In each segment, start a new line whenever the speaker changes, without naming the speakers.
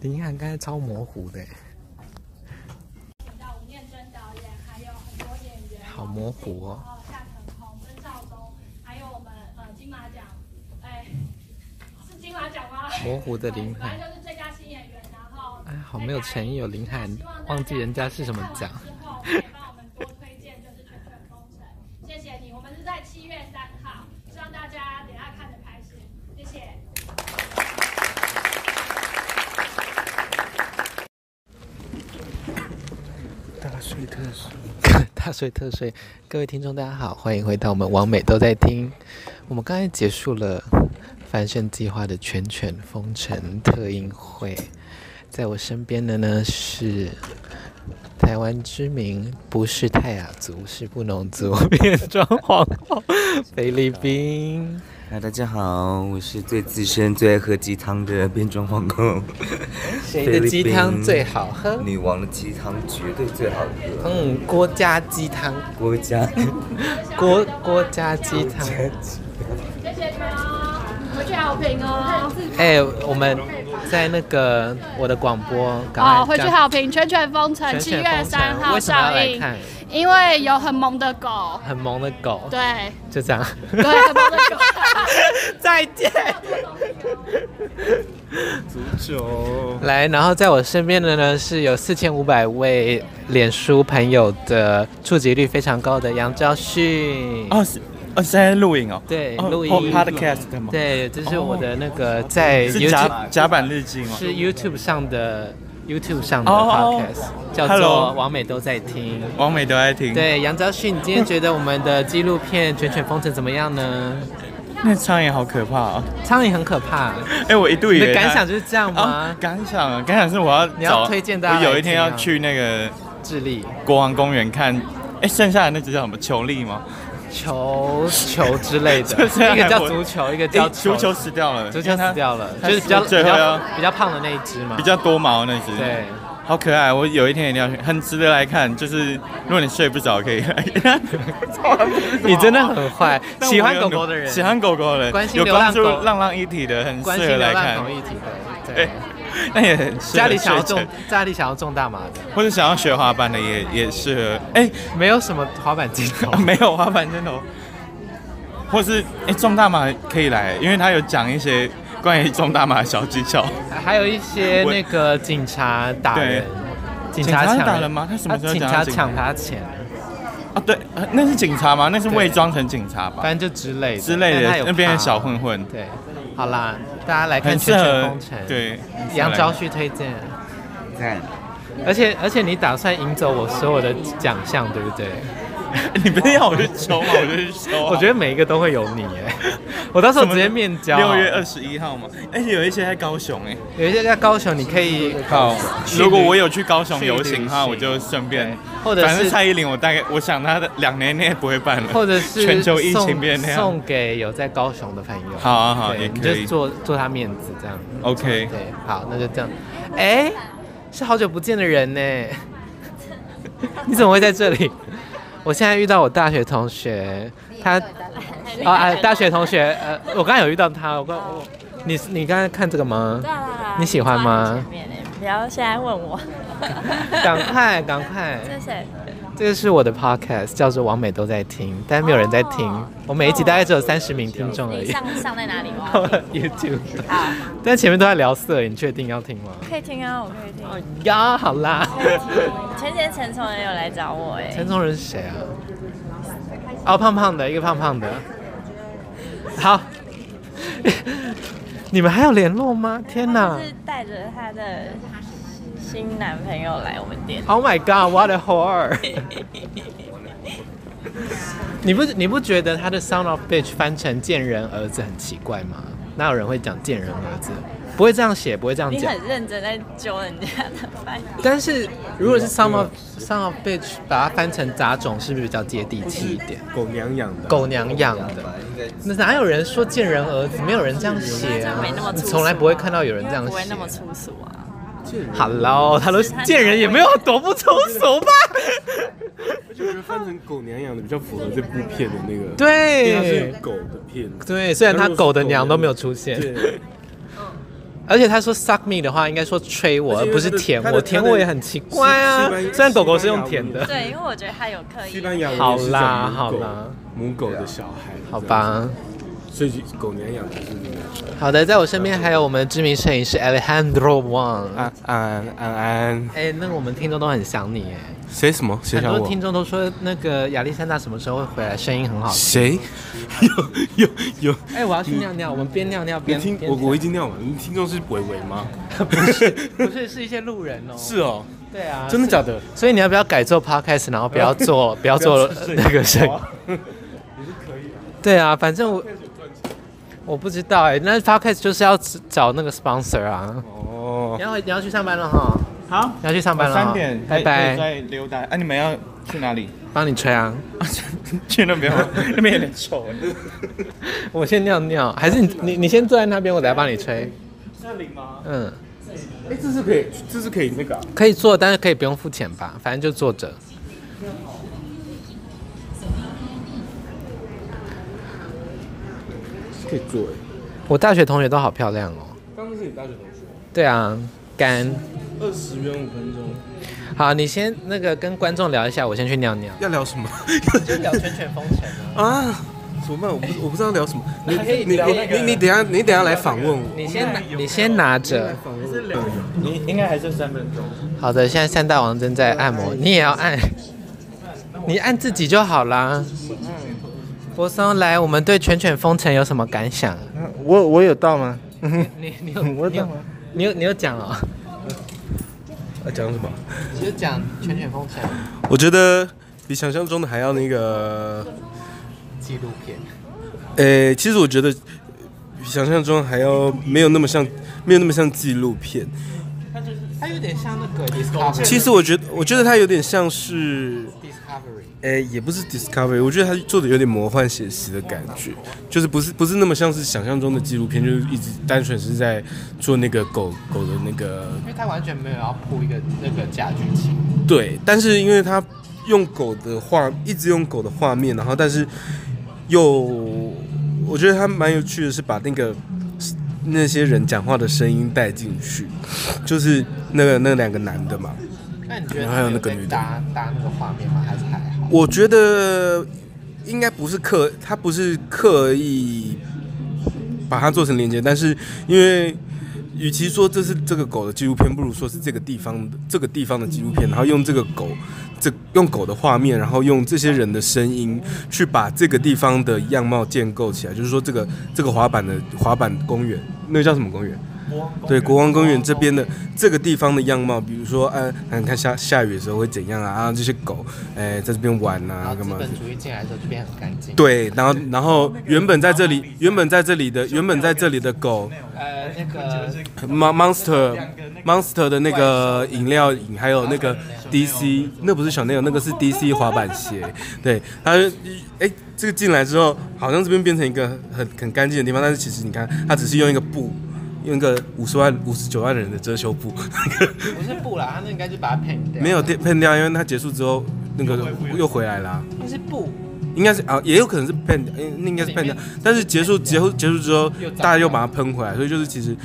你看刚才超模糊的，
请到吴念真导演，还有很多演员，
好模糊哦
然后夏承红、温兆东，还有我们呃金马奖，哎，是金马奖吗？
模糊的林
反
海，
正就是最佳新演员，然后
哎，好没有诚意哦，林海，
哎
忘记人家是什么奖。
看完之后可以帮我们多推荐，就是《全全封神》，谢谢你。我们是在七月三号，希望大家等一下看得开心，谢谢。
大睡特睡。
大睡特睡，各位听众大家好，欢迎回到我们王美都在听。我们刚才结束了凡盛计划的全犬封城特映会，在我身边的呢是台湾知名不是泰雅族是布农族 变装皇后菲律宾，
啊，大家好，我是最资深、最爱喝鸡汤的变装皇后，
谁的鸡汤最好喝？
女王的鸡汤绝对最好喝。
嗯，郭家鸡汤，
国 家，
郭郭家鸡汤。
谢谢你们哦，回去好评哦。
哎、我们在那个我的广播，赶快
好，哦回去
叫
好评《全全封城》
全
七
犬
月
封
三
城
号
为什么要
上
来
映，
看？
因为有很萌的狗，
很萌的狗，
对
就这样。
对，很萌的狗。
再见。
九
来，然后在我身边的呢是有四千五百位脸书朋友的触及率非常高的杨昭旭。
哦，是哦，现在录影哦。
对，
哦
录音
哦 podcast 的吗？，
对，这是我的那个在
是甲
YouTube
甲板日记吗？
是 YouTube 上的 YouTube 上的
哦
podcast，、叫做
Hello
王美都在听。
王美都爱听。，
对，杨昭旭，你今天觉得我们的纪录片《卷卷风筝》怎么样呢？
那苍蝇好可怕哦！
苍蝇很可怕，
哎，我一度以
你
为
的感想
它
就是这样
哦
吗？
感想啊，感想是我要
你要
找
推荐大家
我有一天
来听啊
要去那个
智利
国王公园看，哎，剩下的那只叫什么？球力吗？
球球之类的，
就是
一个叫足球，一个
哎
叫
足球，死掉了，
足
因
球
为它
死掉了，
它
就是比较比
最后
较
要
比较胖的那一只嘛。
比较嗯多毛那只。
对，
好可爱，我有一天一定要去，很值得来看。就是如果你睡不着，可以来 看。
你真的很坏，
但我
喜
有
欢狗
努
狗的人，
喜欢狗狗的人，
关心
有
流浪
关注
狗
浪浪一体的，很适
关心
合
流
来
浪
看
狗。议题的，
哎
对。，
那也很适合
家里想要
睡
种
前，
家里想要种大麻的，
或者想要学滑板的也也适合。哎，
没有什么滑板镜头
。没有滑板真的哦，或是哎种大麻可以来，因为他有讲一些关于种大麻的小技巧。
还有一些那个警察打人，警察
警察
抢
打人吗他什么时候
警
讲
察
到警察
抢他钱，
啊，对，呃那是警察吗？那是
对
伪装成警察吧
反正就之类的
之类
但他有
的，那边的
怕
小混混，
对，好啦，大家来看
很
《全
适
全
合
封城》。，
对
杨昭旭推荐。
看，
而且而且你打算赢走我所有的奖项，对不对？
你不是要我去抽吗？我就去抽啊。
我觉得每一个都会有你哎， 我到时候直接面交。
六月二十一号嘛，而且有一些在高雄哎、
有一些在高雄，你可以
好
去，
如果
旅
我有去高雄游
去旅
行
行
的话，我就顺便
对，或者是
反正蔡依林，我大概我想她的两年内不会办了，
或者是
全球疫情
送
变那样
送给有在高雄的朋友。
好啊好
对
也
你
可以
就做做他面子这样。
，OK，
对，好，那就这样。哎，是好久不见的人呢， 你怎么会在这里？我现在遇到我大学同学，他
哎
啊啊，大学同学，呃，我刚才有遇到他，我刚我你你刚才看这个吗？
对啊啦啦
你喜欢吗？。
不要现在问我
赶快赶快，
这是谁？
这个是我的 podcast，叫做《王美都在听》，但没有人在听
哦，
我每一集大概只有三十名听众而
你
已。
上上在哪里吗？
YouTube，
好，
但前面都在聊色，你确定要听吗？
可以听啊，我可以听。
哎呀，好 啦。
前几天陈崇也有来找我哎、
陈崇仁是谁啊？哦，胖胖的，一个胖胖的。好， 你们还有联络吗？天哪
他是带着他的新男朋友来我们店。
！Oh my god，what a whore！你不你不觉得他的 Son of Bitch 翻成贱人儿子很奇怪吗？哪有人会讲贱人儿子？不会这样写，不会这样
你
讲
很。认真在揪人家的 饭，
但是如果是 Son of Son of Bitch 把它翻成杂种，是不是比较接地气一点？
狗娘养的，
狗娘养的。
应该
那哪有人说贱人儿子？没有人这样写啊
没那么，粗
你
俗啊
从来不会看到有人这样
不会
写
那。么粗俗啊。
Hello，他都贱人也没有多不粗俗 吧？
我觉得翻成狗娘养的比较符合这部片的那个，因为它
对
是狗的片，
对，虽然他狗的娘都没有出现。
对，
而且他说 suck me 的话，应该说吹我，而
而且因为
不是
他的
舔
他
我，
的
舔
他的
我也很奇怪啊
西西班。牙
虽然狗狗是用舔的，
对，因为我觉得他有刻
西
意。
班牙文
好
也是
啦
讲母
好
狗
啦，
母狗的小孩，
好吧。
所以狗娘养的是这个。
好的，在我身边还有我们的知名摄影师 Alejandro Wang。
安安安安，
哎、那我们听众都很想你哎，
谁什么？谁
很
想
多
我
听？众都说那个亚历山大什么时候会回来，声音很好听。
谁？有有有。
哎、我要去尿尿，我们边尿尿
你
边
听
边
我
讲
我已经尿完，你听众是伟伟吗？
不是是一些路人哦、
是哦，
对啊，
真的假的？
所以你要不要改做 podcast，然后不要 做不要做那个声？对啊，反正我我不知道哎、那 podcast 就是要找那个 sponsor 啊。
哦
你，要回你要去上班了哈，
好，
你要去上班
我
了哈，
三
哎
点，
拜
哎
拜，
再溜达。啊，你们要去哪里？
帮你吹 啊。
去那边吗？ 那边有点臭。
我先尿尿，还是你你你先坐在那边，我等下帮你吹。
那里吗？
嗯，
哎，这是可以，这是可以那个啊。
可以坐，但是可以不用付钱吧，反正就坐着。
是可以做哎。
我大学同学都好漂亮哦。
刚刚是你大学同学，
对啊，干。
二十元五分钟，
好，你先那个跟观众聊一下，我先去尿尿。
要聊什 么？
聊圈圈风尘啊。
啊？怎么办？我不我不知道聊什么。你
还可以
你
聊
你
那个
你你等一下你等一下来访问我。
你先拿，你先拿着。
访问我
你应该还剩三分钟。
好的，现在三大王正在按摩，你也要按，你按自己就好啦。柏松，来，我们对《全犬封城》有什么感想？
我我有到吗？
你你 有你有你有你有讲哦，
啊，讲什么？
你就讲《全犬封城
我觉得比想象中的还要那个，》
纪录片。
呃，其实我觉得比想象中还要没有那么像，没有那么像纪录片。
它有点像那个 Discovery，
其实我觉得，我觉得它有点像是，
Discovery，
呃，也不是 Discovery，我觉得它做的有点魔幻写实的感觉，就是不是不是那么像是想象中的纪录片，就是一直单纯是在做那个狗狗的那个
因为它完全没有要铺一个那个假剧情。
对，但是因为他用狗的画，一直用狗的画面，然后但是又，我觉得他蛮有趣的是把那个那些人讲话的声音带进去，就是那个那两个男的嘛，
那你觉得
然后还有
它
那个
在
女的
搭搭那个画面吗？还是还好？
我觉得应该不是刻，他不是刻意把它做成连接，但是因为与其说这是这个狗的纪录片，不如说是这个地方的这个地方的纪录片，然后用这个狗这用狗的画面，然后用这些人的声音去把这个地方的样貌建构起来，就是说这个这个滑板的滑板公园，那个叫什么公园？对，国王公园这边
哦
的这个地方的样貌，比如说，呃，啊你看下下雨的时候会怎样啊？啊，这些狗，哎、在这边玩
然
啊
后，
干
资
嘛？
本主义进来的时候就变很干净。，
对，然后然后原本在这里，原本在这里的原本在这里的狗
呃，那个
，Mon Monster Monster 的那个饮料饮，还有那个 DC，那不是小内友，那个是 DC 滑板鞋。对，它就哎，这个进来之后，好像这边变成一个很很干净的地方，但是其实你看，它只是用一个布。用一个五十万、五十九万人的遮羞布，
不是布啦，他那应该就把它 paint 掉。
没有喷喷掉，因为它结束之后那个又回来啦、
那是布，
应该是啊，也有可能是喷，应那应该是喷掉，但是结束结束结束之后
又，长
大家又把它喷回来，所以就是其实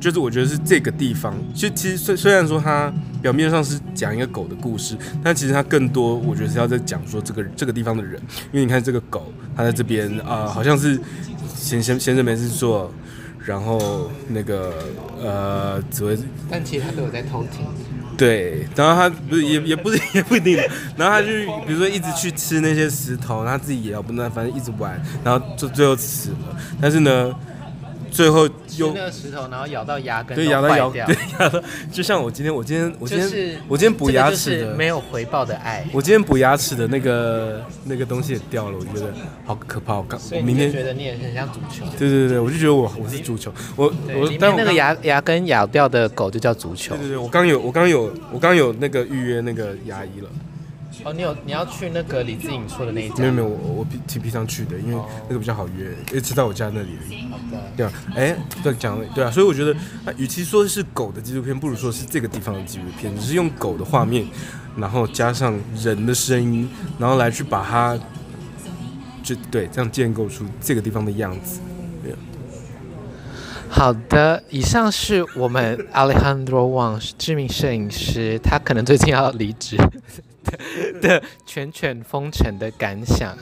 就是我觉得是这个地方，其实其实虽虽然说它表面上是讲一个狗的故事，但其实它更多我觉得是要在讲说这个这个地方的人，因为你看这个狗，它在这边啊、呃好像是闲闲闲着没事做，然后那个呃，紫薇
但其实他都有在偷听。
对，然后他不是也也不是 也不一定，然后他就比如说一直去吃那些石头，然后他自己也咬不烂，反正一直玩，然后就最后死了。但是呢，最后
就
又
那个石头，然后咬到牙根，
对咬到咬，
掉
对，咬到，就像我今天我今天我今
就
天、
是
我今天补
这个
牙
就
齿
是
的，
没有回报的爱。
我今天补牙齿的那个那个东西也掉了，我觉得好可怕。我刚
所
我
以
明
你就
天
觉得你也很像足球。
对对对，我就觉得我我是足球，我
对
我
里
但
面那
我
个
刚
牙牙根咬掉的狗就叫足球
对。对对，我刚有我刚有我刚有那个预约那个牙医了。
哦，你有你要去那个李志颖说的那一家哦
没有没有，我我提皮上去的，因为那个比较好约，一直在我家那里而已。对啊，哎，对讲对啊，所以我觉得，啊与其说是狗的纪录片，不如说是这个地方的纪录片，只是用狗的画面，然后加上人的声音，然后来去把它，就对，这样建构出这个地方的样子。
好的，以上是我们 Alejandro Wang 知名摄影师，他可能最近要离 职的 全犬封城的感想。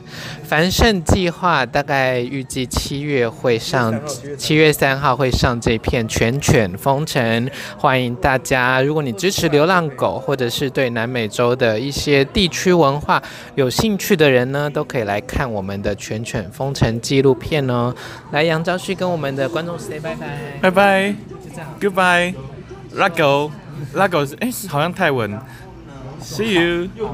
繁盛计划大概预计七月会上，七月三号会上这片全犬封城，欢迎大家。如果你支持流浪狗，或者是对南美洲的一些地区文化有兴趣的人呢，都可以来看我们的全犬封城纪录片哦。来，杨昭旭跟我们的观众 say 拜拜。
拜拜
就这样。
，Goodbye，拉 Eh, 狗，拉狗是哎、是好像泰文，See you。